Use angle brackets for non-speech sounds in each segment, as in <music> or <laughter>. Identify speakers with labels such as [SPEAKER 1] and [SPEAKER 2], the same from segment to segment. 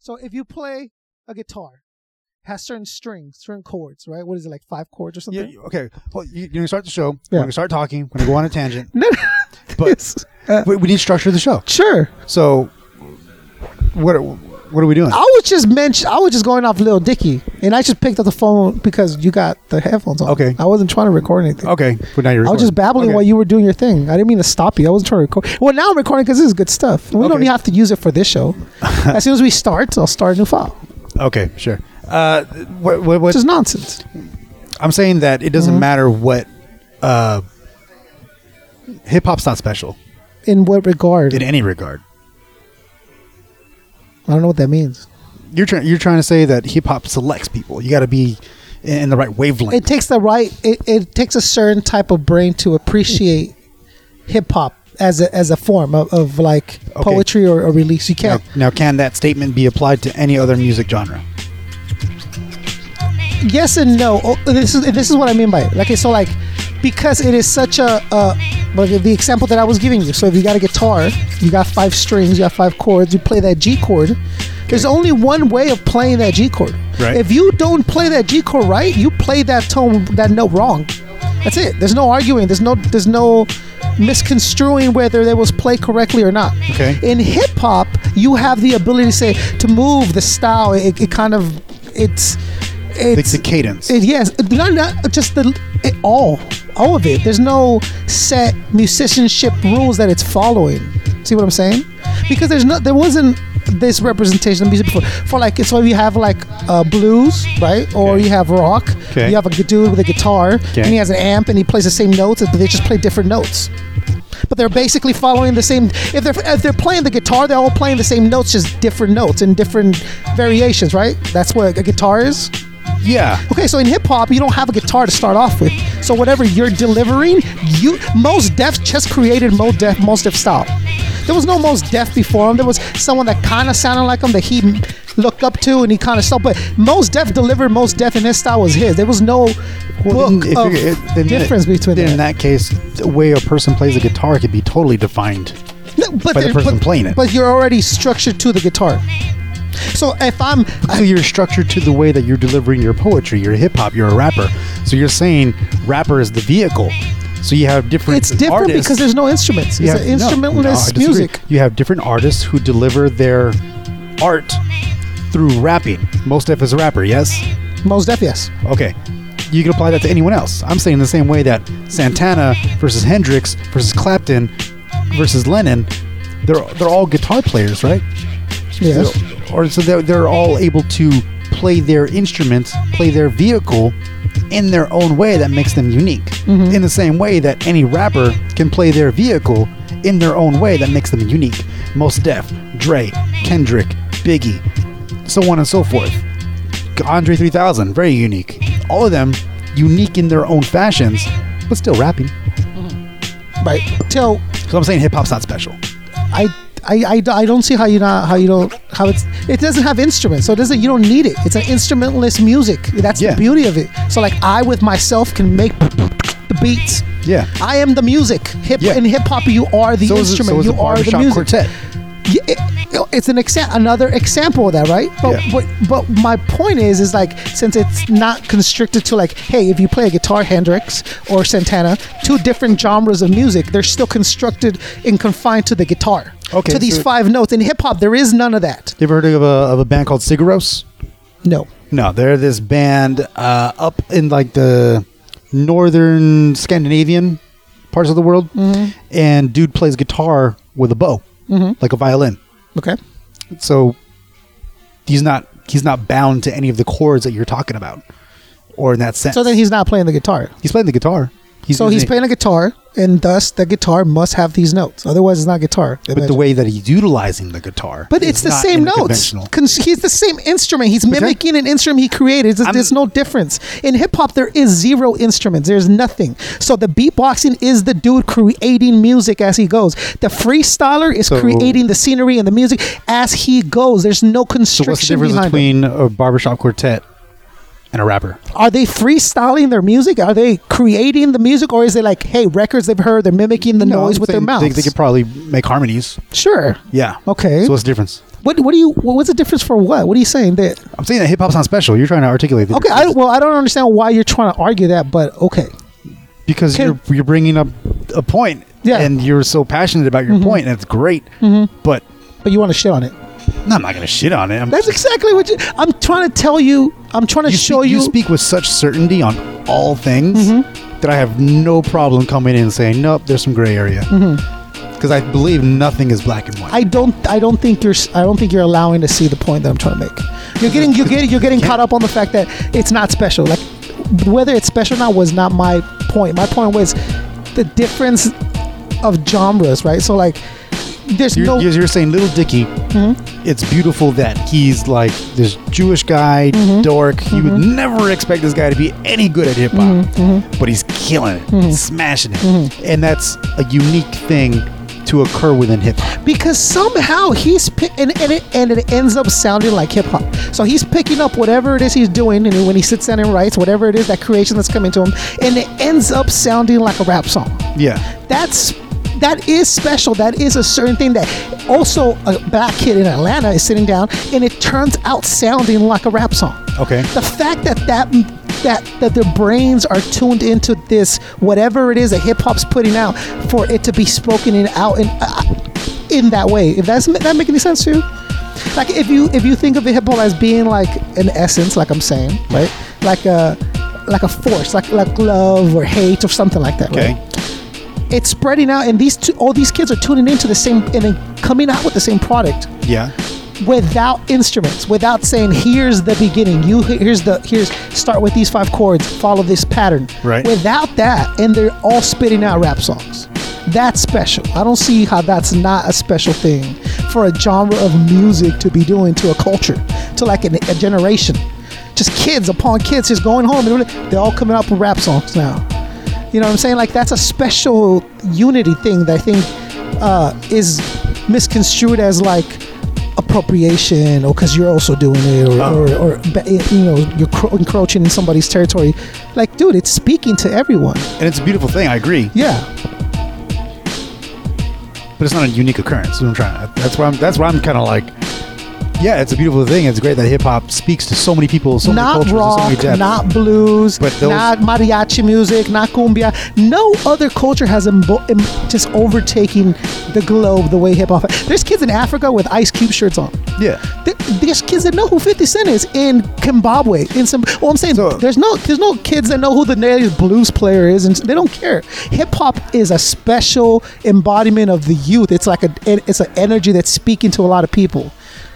[SPEAKER 1] So if you play a guitar, has certain strings, certain chords, right? What is it like five chords or
[SPEAKER 2] Yeah,
[SPEAKER 1] something?
[SPEAKER 2] you- okay. Well, you, you're gonna start the show.
[SPEAKER 1] Yeah.
[SPEAKER 2] We're gonna start talking. We're gonna go on a tangent.
[SPEAKER 1] No, no.
[SPEAKER 2] But
[SPEAKER 1] It's- uh,
[SPEAKER 2] we, we need to structure the show.
[SPEAKER 1] sure.
[SPEAKER 2] So, what are, what are we doing?
[SPEAKER 1] I was just mention. I was just going off Lil Dicky, and I just picked up the phone because you got the headphones on.
[SPEAKER 2] Okay.
[SPEAKER 1] I wasn't trying to record anything.
[SPEAKER 2] Okay, but now you're.
[SPEAKER 1] I was
[SPEAKER 2] recording.
[SPEAKER 1] just babbling
[SPEAKER 2] Okay.
[SPEAKER 1] while you were doing your thing. I didn't mean to stop you. I wasn't trying to record. Well, now I'm recording because this is good stuff. We don't
[SPEAKER 2] Okay.
[SPEAKER 1] have to use it for this
[SPEAKER 2] <laughs>
[SPEAKER 1] show. as soon as we start, I'll start a new file.
[SPEAKER 2] Okay, sure. Uh, what, what, what,
[SPEAKER 1] Which is nonsense.
[SPEAKER 2] I'm saying that it
[SPEAKER 1] Mm-hmm.
[SPEAKER 2] doesn't matter what. Uh, Hip hop's not special
[SPEAKER 1] In what regard?
[SPEAKER 2] in any regard.
[SPEAKER 1] I don't know what that means.
[SPEAKER 2] You're trying. You're trying to say that hip hop selects people. You got to be in the right wavelength.
[SPEAKER 1] It takes the right. It, it takes a certain type of brain to appreciate hip hop as a as a form of, of like
[SPEAKER 2] Okay.
[SPEAKER 1] poetry or a release. You
[SPEAKER 2] now,
[SPEAKER 1] can't.
[SPEAKER 2] now, can that statement be applied to any other music genre?
[SPEAKER 1] yes and no. Oh, This is this is what I mean by it. Like so, like because it is such a uh, like the example that I was giving you. So if you got a guitar, you got five strings, you got five chords. You play that G chord. There's only one way of playing that G chord.
[SPEAKER 2] Right.
[SPEAKER 1] If you don't play that G chord right, you play that tone that note wrong. That's it. There's no arguing. There's no there's no misconstruing whether that was played correctly or not.
[SPEAKER 2] Okay.
[SPEAKER 1] In hip hop, you have the ability to say to move the style. It, it kind of it's
[SPEAKER 2] Like
[SPEAKER 1] it's
[SPEAKER 2] the cadence.
[SPEAKER 1] it, yes, Uh, not, not just the it, all, all of it. There's no set musicianship rules that it's following. See what I'm saying? Because there's not, there wasn't this representation of music before. For like, so you have like uh, blues, right? Or
[SPEAKER 2] Okay.
[SPEAKER 1] you have rock.
[SPEAKER 2] Okay.
[SPEAKER 1] You have a dude with a guitar,
[SPEAKER 2] Okay.
[SPEAKER 1] and he has an amp, and he plays the same notes, but they just play different notes. But they're basically following the same. If they're if they're playing the guitar, they're all playing the same notes, just different notes and different variations, right? That's what a guitar is.
[SPEAKER 2] yeah.
[SPEAKER 1] Okay, so in hip hop, you don't have a guitar to start off with. So whatever you're delivering, you most def just created most def most def style. There was no most def before him. There was someone that kind of sounded like him that he m- looked up to and he kind of stuff. But most def delivered most def, and his style was his. There was no
[SPEAKER 2] Well,
[SPEAKER 1] book
[SPEAKER 2] then if
[SPEAKER 1] of
[SPEAKER 2] you're- it- then that-
[SPEAKER 1] difference between
[SPEAKER 2] then
[SPEAKER 1] them.
[SPEAKER 2] in that case, the way a person plays a guitar could be totally defined.
[SPEAKER 1] No, but
[SPEAKER 2] by the
[SPEAKER 1] there-
[SPEAKER 2] person
[SPEAKER 1] but-
[SPEAKER 2] playing it.
[SPEAKER 1] But you're already structured to the guitar. So if I'm
[SPEAKER 2] So you're structured to the way that you're delivering your poetry. You're a hip hop. You're a rapper. So you're saying rapper is the vehicle. So you have different.
[SPEAKER 1] it's different
[SPEAKER 2] artists.
[SPEAKER 1] because there's no instruments.
[SPEAKER 2] You
[SPEAKER 1] It's
[SPEAKER 2] have-
[SPEAKER 1] an
[SPEAKER 2] no, no, I
[SPEAKER 1] instrumentless
[SPEAKER 2] disagree.
[SPEAKER 1] music.
[SPEAKER 2] You have different artists who deliver their art through rapping. Most Def is a rapper. Yes.
[SPEAKER 1] Most def, yes.
[SPEAKER 2] Okay. You can apply that to anyone else. I'm saying the same way that Santana versus Hendrix versus Clapton versus Lennon, they're they're all guitar players, right?
[SPEAKER 1] Yes.
[SPEAKER 2] Or so they're, they're all able to play their instruments, play their vehicle in their own way that makes them unique.
[SPEAKER 1] Mm-hmm.
[SPEAKER 2] In the same way that any rapper can play their vehicle in their own way that makes them unique. Most Def, Dre, Kendrick, Biggie, so on and so forth. Andre 3000, very unique. All of them unique in their own fashions, but still rapping.
[SPEAKER 1] Right. So
[SPEAKER 2] So I'm saying hip hop's not special.
[SPEAKER 1] I, I, I, I don't see how you not how you don't how it's it doesn't have instruments so it doesn't you don't need it it's an instrumentless music that's
[SPEAKER 2] Yeah.
[SPEAKER 1] the beauty of it so like I with myself can make the beats
[SPEAKER 2] Yeah.
[SPEAKER 1] I am the music hip
[SPEAKER 2] Yeah.
[SPEAKER 1] in hip hop you are the
[SPEAKER 2] So is,
[SPEAKER 1] instrument
[SPEAKER 2] so is
[SPEAKER 1] you
[SPEAKER 2] the
[SPEAKER 1] are the
[SPEAKER 2] barbershop
[SPEAKER 1] music
[SPEAKER 2] quartet.
[SPEAKER 1] yeah, it- it's an exa- another example of that, right? But,
[SPEAKER 2] Yeah.
[SPEAKER 1] but but my point is, is like since it's not constricted to like, hey, if you play a guitar, Hendrix or Santana, two different genres of music, they're still constructed and confined to the guitar,
[SPEAKER 2] Okay,
[SPEAKER 1] to these
[SPEAKER 2] so-
[SPEAKER 1] five notes. In hip hop, there is none of that.
[SPEAKER 2] You ever heard of a, of a band called Sigaros?
[SPEAKER 1] No,
[SPEAKER 2] No, they're this band uh, up in like the northern Scandinavian parts of the world,
[SPEAKER 1] Mm-hmm.
[SPEAKER 2] and dude plays guitar with a bow, like a violin.
[SPEAKER 1] okay,
[SPEAKER 2] So he's not he's not bound to any of the chords that you're talking about, or in that sense.
[SPEAKER 1] so then he's not playing the guitar.
[SPEAKER 2] he's playing the guitar. He's
[SPEAKER 1] So he's
[SPEAKER 2] using it,
[SPEAKER 1] playing a guitar, and thus the guitar must have these notes. Otherwise, it's not guitar.
[SPEAKER 2] but the way that he's utilizing the guitar.
[SPEAKER 1] But
[SPEAKER 2] is
[SPEAKER 1] it's the
[SPEAKER 2] not
[SPEAKER 1] same
[SPEAKER 2] in the
[SPEAKER 1] notes.
[SPEAKER 2] conventional.
[SPEAKER 1] Cons- He's the same instrument. He's mimicking an instrument he created. There's,
[SPEAKER 2] I'm-
[SPEAKER 1] there's no difference. In hip hop, there is zero instruments. There's nothing. So the beatboxing is the dude creating music as he goes. The freestyler is
[SPEAKER 2] So-
[SPEAKER 1] creating the scenery and the music as he goes. There's no
[SPEAKER 2] So what's the
[SPEAKER 1] constriction
[SPEAKER 2] difference
[SPEAKER 1] behind it.
[SPEAKER 2] between a barbershop quartet and a rapper?
[SPEAKER 1] Are they freestyling their music? Are they creating the music, or is it like, hey, records they've heard, they're mimicking the
[SPEAKER 2] No,
[SPEAKER 1] noise
[SPEAKER 2] I'm
[SPEAKER 1] with their
[SPEAKER 2] saying
[SPEAKER 1] mouths?
[SPEAKER 2] They, they could probably make harmonies.
[SPEAKER 1] sure.
[SPEAKER 2] Yeah.
[SPEAKER 1] Okay.
[SPEAKER 2] So what's the difference?
[SPEAKER 1] What what do you what, what's the difference for what? What are you saying that?
[SPEAKER 2] I'm saying that hip hop's not special. You're trying to articulate. The
[SPEAKER 1] Okay, I,
[SPEAKER 2] difference.
[SPEAKER 1] well I don't understand why you're trying to argue that, but okay.
[SPEAKER 2] because
[SPEAKER 1] Okay.
[SPEAKER 2] you're you're bringing up a point,
[SPEAKER 1] Yeah. Mm-hmm.
[SPEAKER 2] and you're so passionate about your point, and it's great. But
[SPEAKER 1] But you want to shit on it.
[SPEAKER 2] no, I'm not gonna shit on it. I'm,
[SPEAKER 1] That's exactly what you, I'm trying to tell you. I'm trying to
[SPEAKER 2] you
[SPEAKER 1] show
[SPEAKER 2] speak,
[SPEAKER 1] you. Mm-hmm.
[SPEAKER 2] you speak with such certainty on all things that I have no problem coming in and saying, nope, there's some gray area, because
[SPEAKER 1] Mm-hmm.
[SPEAKER 2] I believe nothing is black and white.
[SPEAKER 1] I don't. I don't think you're. s- I don't think you're allowing to see the point that I'm trying to make. You're getting. You're getting. You're getting caught up on the fact that it's not special. Like whether it's special or not was not my point. My point was the difference of genres, right? So like, there's
[SPEAKER 2] You're,
[SPEAKER 1] no.
[SPEAKER 2] you're, you're saying little Dicky.
[SPEAKER 1] Mm-hmm.
[SPEAKER 2] It's beautiful that he's like this Jewish guy,
[SPEAKER 1] Mm-hmm.
[SPEAKER 2] dork. You would never expect this guy to be any good at hip hop,
[SPEAKER 1] Mm-hmm.
[SPEAKER 2] but he's killing it, smashing it, and that's a unique thing to occur within hip hop.
[SPEAKER 1] because somehow he's pick, and and it, and it ends up sounding like hip hop. So he's picking up whatever it is he's doing, and when he sits down and writes whatever it is that creation that's coming to him, and it ends up sounding like a rap song.
[SPEAKER 2] Yeah,
[SPEAKER 1] That's that is special. That is a certain thing that also a black kid in Atlanta is sitting down, and it turns out sounding like a rap song.
[SPEAKER 2] Okay.
[SPEAKER 1] The fact that that that that their brains are tuned into this whatever it is that hip hop's putting out for it to be spoken in out in uh, in that way. If that's that make any sense to you? Like if you if you think of the hip hop as being like an essence, like I'm saying, right? Like a like a force, like like love or hate or something like that.
[SPEAKER 2] Okay.
[SPEAKER 1] Right? It's spreading out, and these two, all these kids are tuning into the same and then coming out with the same product
[SPEAKER 2] yeah.
[SPEAKER 1] without instruments, without saying, "Here's the beginning. You here's the here's start with these five chords, follow this pattern."
[SPEAKER 2] Right.
[SPEAKER 1] Without that, and they're all spitting out rap songs. That's special. I don't see how that's not a special thing for a genre of music to be doing to a culture, to like an, a generation. Just kids upon kids just going home. and They're all coming up with rap songs now. You know what I'm saying? Like that's a special unity thing that I think uh, is misconstrued as like appropriation or because you're also doing it or,
[SPEAKER 2] Oh.
[SPEAKER 1] or, or ba- eh, you know you're cro- encroaching in somebody's territory. Like, dude, it's speaking to everyone.
[SPEAKER 2] And it's a beautiful thing. I agree,
[SPEAKER 1] Yeah.
[SPEAKER 2] but it's not a unique occurrence. What I'm trying. That's why I'm. That's why I'm kind of like. Yeah, it's a beautiful thing. It's great that hip hop speaks to so many people, so many
[SPEAKER 1] not
[SPEAKER 2] cultures, and so many
[SPEAKER 1] rock,
[SPEAKER 2] depths.
[SPEAKER 1] not blues,
[SPEAKER 2] But those-
[SPEAKER 1] not mariachi music, not cumbia. No other culture has embo- em- just overtaken the globe the way hip hop. There's kids in Africa with Ice Cube shirts on.
[SPEAKER 2] yeah,
[SPEAKER 1] Th- There's kids that know who 50 Cent is in Zimbabwe. In some, well, I'm saying
[SPEAKER 2] So-
[SPEAKER 1] there's no there's no kids that know who the nearest blues player is, and they don't care. Hip hop is a special embodiment of the youth. It's like a it's an energy that's speaking to a lot of people,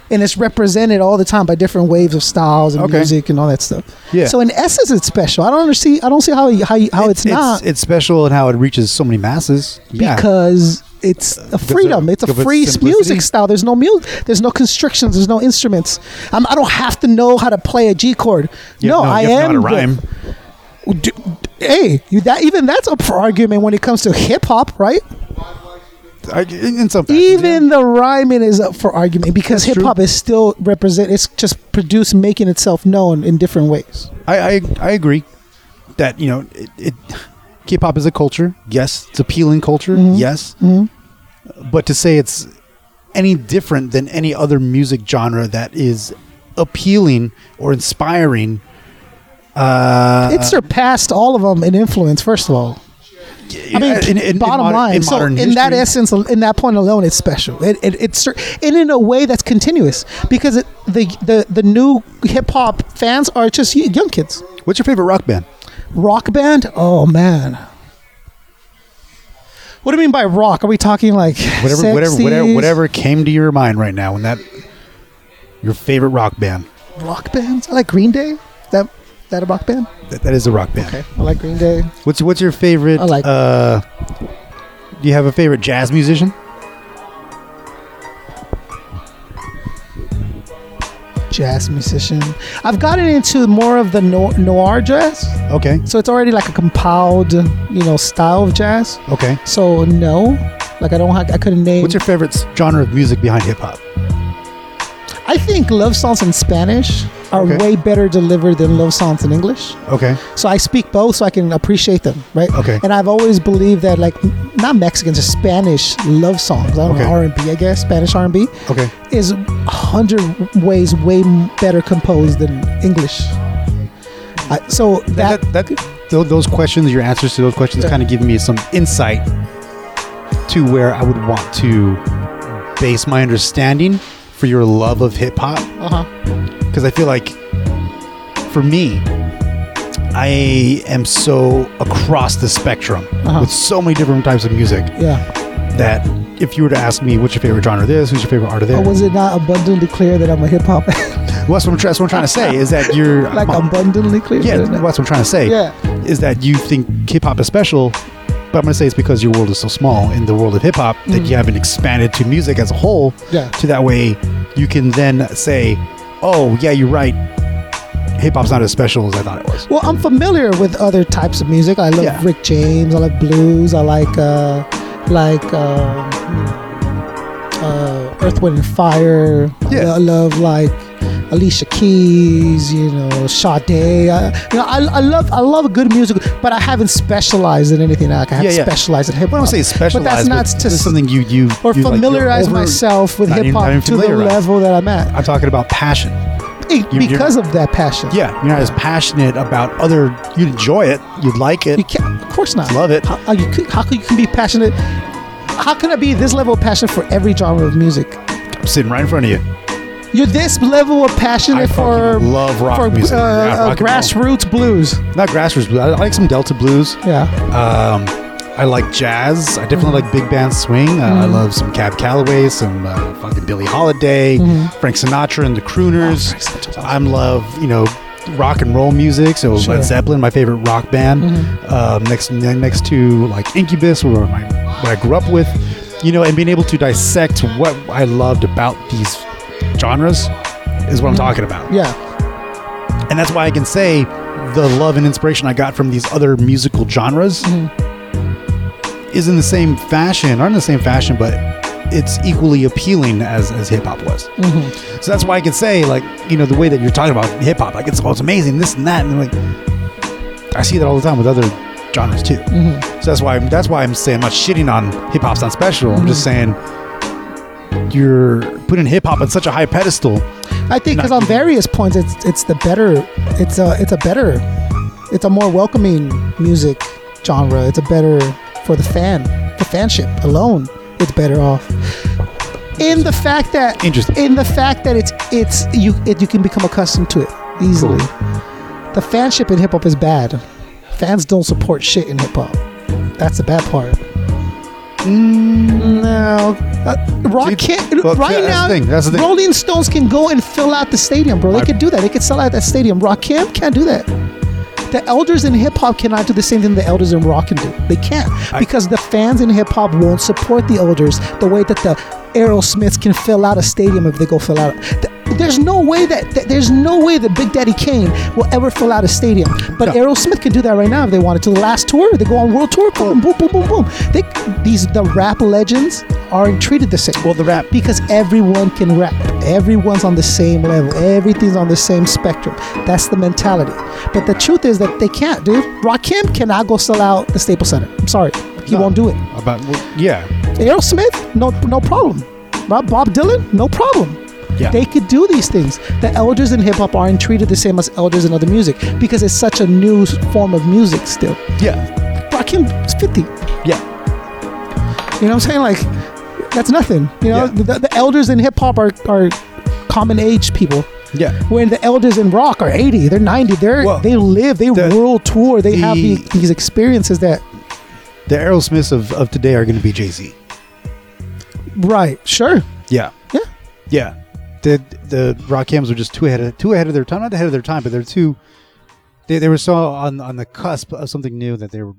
[SPEAKER 1] and it's represented all the time by different waves of styles and
[SPEAKER 2] Okay.
[SPEAKER 1] music and all that stuff.
[SPEAKER 2] Yeah.
[SPEAKER 1] So in essence, it's special. I don't under- see I don't see how you- how you- how Oh, it's, not
[SPEAKER 2] It's, special in how it reaches so many masses. Yeah. Uh,
[SPEAKER 1] because it's a freedom. It's a
[SPEAKER 2] because of
[SPEAKER 1] free
[SPEAKER 2] simplicity.
[SPEAKER 1] music style. There's no music. There's no constrictions. There's no instruments. I'm, I don't have to know how to play a G chord.
[SPEAKER 2] Yeah,
[SPEAKER 1] no,
[SPEAKER 2] you
[SPEAKER 1] I
[SPEAKER 2] have to know how to
[SPEAKER 1] am.
[SPEAKER 2] rhyme.
[SPEAKER 1] the- d- d- hey, you, that even that's up for argument when it comes to hip hop, right?
[SPEAKER 2] I, in in some fashion,
[SPEAKER 1] Even the rhyming is up for argument because
[SPEAKER 2] That's
[SPEAKER 1] hip hop
[SPEAKER 2] true.
[SPEAKER 1] is still represent. It's just produced, making itself known in different ways.
[SPEAKER 2] yeah. I, I I agree that you know it, it K-pop is a culture. Yes, it's appealing culture.
[SPEAKER 1] Mm-hmm.
[SPEAKER 2] Yes, but to say it's any different than any other music genre that is appealing or inspiring. Uh,
[SPEAKER 1] it surpassed all of them in influence. First of all, I mean,
[SPEAKER 2] uh, in- in- in
[SPEAKER 1] bottom
[SPEAKER 2] modern-
[SPEAKER 1] line.
[SPEAKER 2] in
[SPEAKER 1] so in
[SPEAKER 2] modern
[SPEAKER 1] that
[SPEAKER 2] history.
[SPEAKER 1] essence, in that point alone, it's special. It, it, it's cer- and in a way that's continuous because it, the the the new hip hop fans are just y- young kids.
[SPEAKER 2] what's your favorite rock band?
[SPEAKER 1] Rock band? Oh man. What do you mean by rock? Are we talking like
[SPEAKER 2] Whatever, whatever,
[SPEAKER 1] 60s?
[SPEAKER 2] whatever, whatever came to your mind right now, when that your favorite rock band.
[SPEAKER 1] rock bands? I like Green Day. That that a rock band?
[SPEAKER 2] That, that is a rock band.
[SPEAKER 1] Okay, I like Green Day.
[SPEAKER 2] What's what's your favorite?
[SPEAKER 1] I like-
[SPEAKER 2] Uh, do you have a favorite jazz musician?
[SPEAKER 1] Jazz musician. I've gotten into more of the no- noir jazz.
[SPEAKER 2] Okay.
[SPEAKER 1] So it's already like a compiled, you know, style of jazz.
[SPEAKER 2] Okay.
[SPEAKER 1] So no, like I don't, ha- I couldn't name.
[SPEAKER 2] What's your favorite s- genre of music behind hip hop?
[SPEAKER 1] I think love songs in Spanish are
[SPEAKER 2] Okay.
[SPEAKER 1] way better delivered than love songs in English.
[SPEAKER 2] Okay.
[SPEAKER 1] So I speak both, so I can appreciate them, right?
[SPEAKER 2] Okay.
[SPEAKER 1] And I've always believed that, like, m- not Mexicans, just Spanish love songs. I don't
[SPEAKER 2] Okay.
[SPEAKER 1] know R and B, I guess Spanish R and B
[SPEAKER 2] Okay.
[SPEAKER 1] is a hundred ways way m- better composed than English. I, so that,
[SPEAKER 2] That, that, tho- those questions, your answers to those questions,
[SPEAKER 1] Yeah.
[SPEAKER 2] kind of give me some insight to where I would want to base my understanding for your love of hip hop.
[SPEAKER 1] uh-huh.
[SPEAKER 2] because I feel like for me, I am so across the spectrum
[SPEAKER 1] Uh-huh.
[SPEAKER 2] with so many different types of music
[SPEAKER 1] yeah.
[SPEAKER 2] that if you were to ask me what's your favorite genre, of this who's your favorite artist, there,
[SPEAKER 1] Or was it not abundantly clear that I'm a hip hop? <laughs>
[SPEAKER 2] Well, that's, what I'm, try- that's what I'm trying to say is that you're <laughs>
[SPEAKER 1] like
[SPEAKER 2] I'm-
[SPEAKER 1] abundantly clear.
[SPEAKER 2] yeah,
[SPEAKER 1] Isn't it?
[SPEAKER 2] well, that's what I'm trying to say
[SPEAKER 1] Yeah.
[SPEAKER 2] is that you think hip hop is special, but I'm gonna say it's because your world is so small in the world of hip hop that you haven't expanded to music as a whole.
[SPEAKER 1] Mm. Yeah.
[SPEAKER 2] To that way, you can then say, oh yeah, you're right. Hip hop's not as special as I thought it was.
[SPEAKER 1] Well, I'm familiar with other types of music. I love
[SPEAKER 2] Yeah.
[SPEAKER 1] Rick James. I like blues. I like uh, like um uh, Earth, Wind, and Fire. I,
[SPEAKER 2] Yeah.
[SPEAKER 1] lo- I love like Alicia Keys. You know, Sade. I, you know, I, I love I love good music, but I haven't specialized in anything. Like I haven't
[SPEAKER 2] Yeah, yeah.
[SPEAKER 1] specialized in hip hop.
[SPEAKER 2] I don't say specialized,
[SPEAKER 1] But that's not to
[SPEAKER 2] just
[SPEAKER 1] s-
[SPEAKER 2] something you you
[SPEAKER 1] or
[SPEAKER 2] you like, you're
[SPEAKER 1] familiarize
[SPEAKER 2] over-
[SPEAKER 1] myself with
[SPEAKER 2] not even-
[SPEAKER 1] hip
[SPEAKER 2] not even
[SPEAKER 1] hop to the
[SPEAKER 2] familiarized.
[SPEAKER 1] level that I'm at
[SPEAKER 2] I'm talking about passion.
[SPEAKER 1] It-
[SPEAKER 2] you're-
[SPEAKER 1] because of that passion.
[SPEAKER 2] Yeah, you're not as passionate about other. You enjoy it, you like it.
[SPEAKER 1] You can't, of course not.
[SPEAKER 2] Love it.
[SPEAKER 1] How, how you could, how could you can be passionate? How can I be this level of passion for every genre of music?
[SPEAKER 2] I'm sitting right in front of you.
[SPEAKER 1] You're this level of passionate
[SPEAKER 2] I
[SPEAKER 1] for
[SPEAKER 2] fucking love rock
[SPEAKER 1] for Uh,
[SPEAKER 2] music. Yeah,
[SPEAKER 1] uh,
[SPEAKER 2] rock and roll.
[SPEAKER 1] grassroots blues.
[SPEAKER 2] Not grassroots blues. I I like some Delta blues.
[SPEAKER 1] Yeah,
[SPEAKER 2] Um, I like jazz. I definitely like big band swing. Uh, I
[SPEAKER 1] Mm-hmm.
[SPEAKER 2] love some Cab Calloway, some uh, fucking Billie Holiday,
[SPEAKER 1] Mm-hmm.
[SPEAKER 2] Frank Sinatra and the Crooners.
[SPEAKER 1] Oh, Frank Sinatra's awesome.
[SPEAKER 2] I love you know rock and roll music. So
[SPEAKER 1] Sure. Mm-hmm.
[SPEAKER 2] Led Zeppelin, my favorite rock band. Um, next ne- next to like Incubus, where my what I grew up with. You know, and being able to dissect what I loved about these genres is what I'm talking about.
[SPEAKER 1] Mm-hmm. yeah.
[SPEAKER 2] And that's why I can say the love and inspiration I got from these other musical genres is in the same fashion, not in the same fashion, but it's equally appealing as, as hip hop was. So that's why I can say, like, you know, the way that you're talking about hip hop, like, it's, oh, it's amazing, this and that. And like, I see that all the time with other genres too. So that's why, that's why I'm saying I'm not shitting on hip hop's not special. I'm just saying you're putting hip hop on such a high pedestal.
[SPEAKER 1] I think because
[SPEAKER 2] Not
[SPEAKER 1] on
[SPEAKER 2] even-
[SPEAKER 1] various points, it's it's the better. It's a it's a better. It's a more welcoming music genre. It's a better for the fan, the fanship alone. It's better off. In the fact that
[SPEAKER 2] Interesting.
[SPEAKER 1] in the fact that it's it's you it, you can become accustomed to it easily. The fanship in hip hop is bad. Fans don't support shit in hip hop. That's the bad part. Mm, no, uh, rock
[SPEAKER 2] See,
[SPEAKER 1] can't.
[SPEAKER 2] well,
[SPEAKER 1] right
[SPEAKER 2] that's the
[SPEAKER 1] now,
[SPEAKER 2] thing, that's the thing.
[SPEAKER 1] Rolling Stones can go and fill out the stadium, bro. They
[SPEAKER 2] Right.
[SPEAKER 1] could do that. They could sell out that stadium. Rock can't can't do that. The elders in hip hop cannot do the same thing the elders in rock can do. They can't because the fans in hip hop won't support the elders the way that the Aerosmiths can fill out a stadium if they go fill out. Th- There's no way that that- there's no way that Big Daddy Kane will ever fill out a stadium. But
[SPEAKER 2] No.
[SPEAKER 1] Aerosmith can do that right now if they wanted to. The last tour, they go on world tour, boom, boom, boom, boom, boom. They, these the rap legends aren't treated the same.
[SPEAKER 2] Well, the rap-
[SPEAKER 1] because everyone can rap. Everyone's on the same level. Everything's on the same spectrum. That's the mentality. But the truth is that they can't, dude. Rakim cannot go sell out the Staples Center. I'm sorry, he
[SPEAKER 2] No.
[SPEAKER 1] won't do it.
[SPEAKER 2] About, well, yeah.
[SPEAKER 1] Aerosmith, no, no problem. Bob Bob Dylan, no problem.
[SPEAKER 2] Yeah.
[SPEAKER 1] They could do these things. The elders in hip hop aren't treated the same as elders in other music because it's such a new form of music still.
[SPEAKER 2] yeah.
[SPEAKER 1] Rakim's 50. You know
[SPEAKER 2] Yeah.
[SPEAKER 1] what I'm saying? Like, that's nothing. You know,
[SPEAKER 2] Yeah.
[SPEAKER 1] the, the elders in hip hop are, are common age people.
[SPEAKER 2] Yeah.
[SPEAKER 1] When the elders in rock are 80, they're 90, they're
[SPEAKER 2] Well,
[SPEAKER 1] they live, they
[SPEAKER 2] the-
[SPEAKER 1] world tour, they have the,
[SPEAKER 2] the-
[SPEAKER 1] these experiences that
[SPEAKER 2] The Aerosmiths of, of today are going to be Jay Z.
[SPEAKER 1] right, sure,
[SPEAKER 2] Yeah.
[SPEAKER 1] yeah,
[SPEAKER 2] Yeah. The the Rockhams were just too ahead of too ahead of their time. Not ahead of their time, but they're too. They, they were so on on the cusp of something new that they were.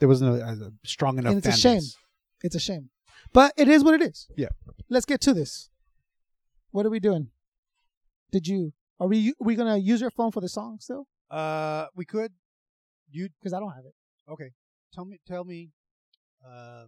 [SPEAKER 2] There wasn't a, a strong enough.
[SPEAKER 1] And it's a
[SPEAKER 2] fan
[SPEAKER 1] shame.
[SPEAKER 2] base.
[SPEAKER 1] it's a shame, but it is what it is.
[SPEAKER 2] Yeah.
[SPEAKER 1] Let's get to this. What are we doing? Did you are we are we gonna use your phone for the song still?
[SPEAKER 2] Uh, we could. You
[SPEAKER 1] Because I don't have it.
[SPEAKER 2] okay? Tell me. Tell me. Uh,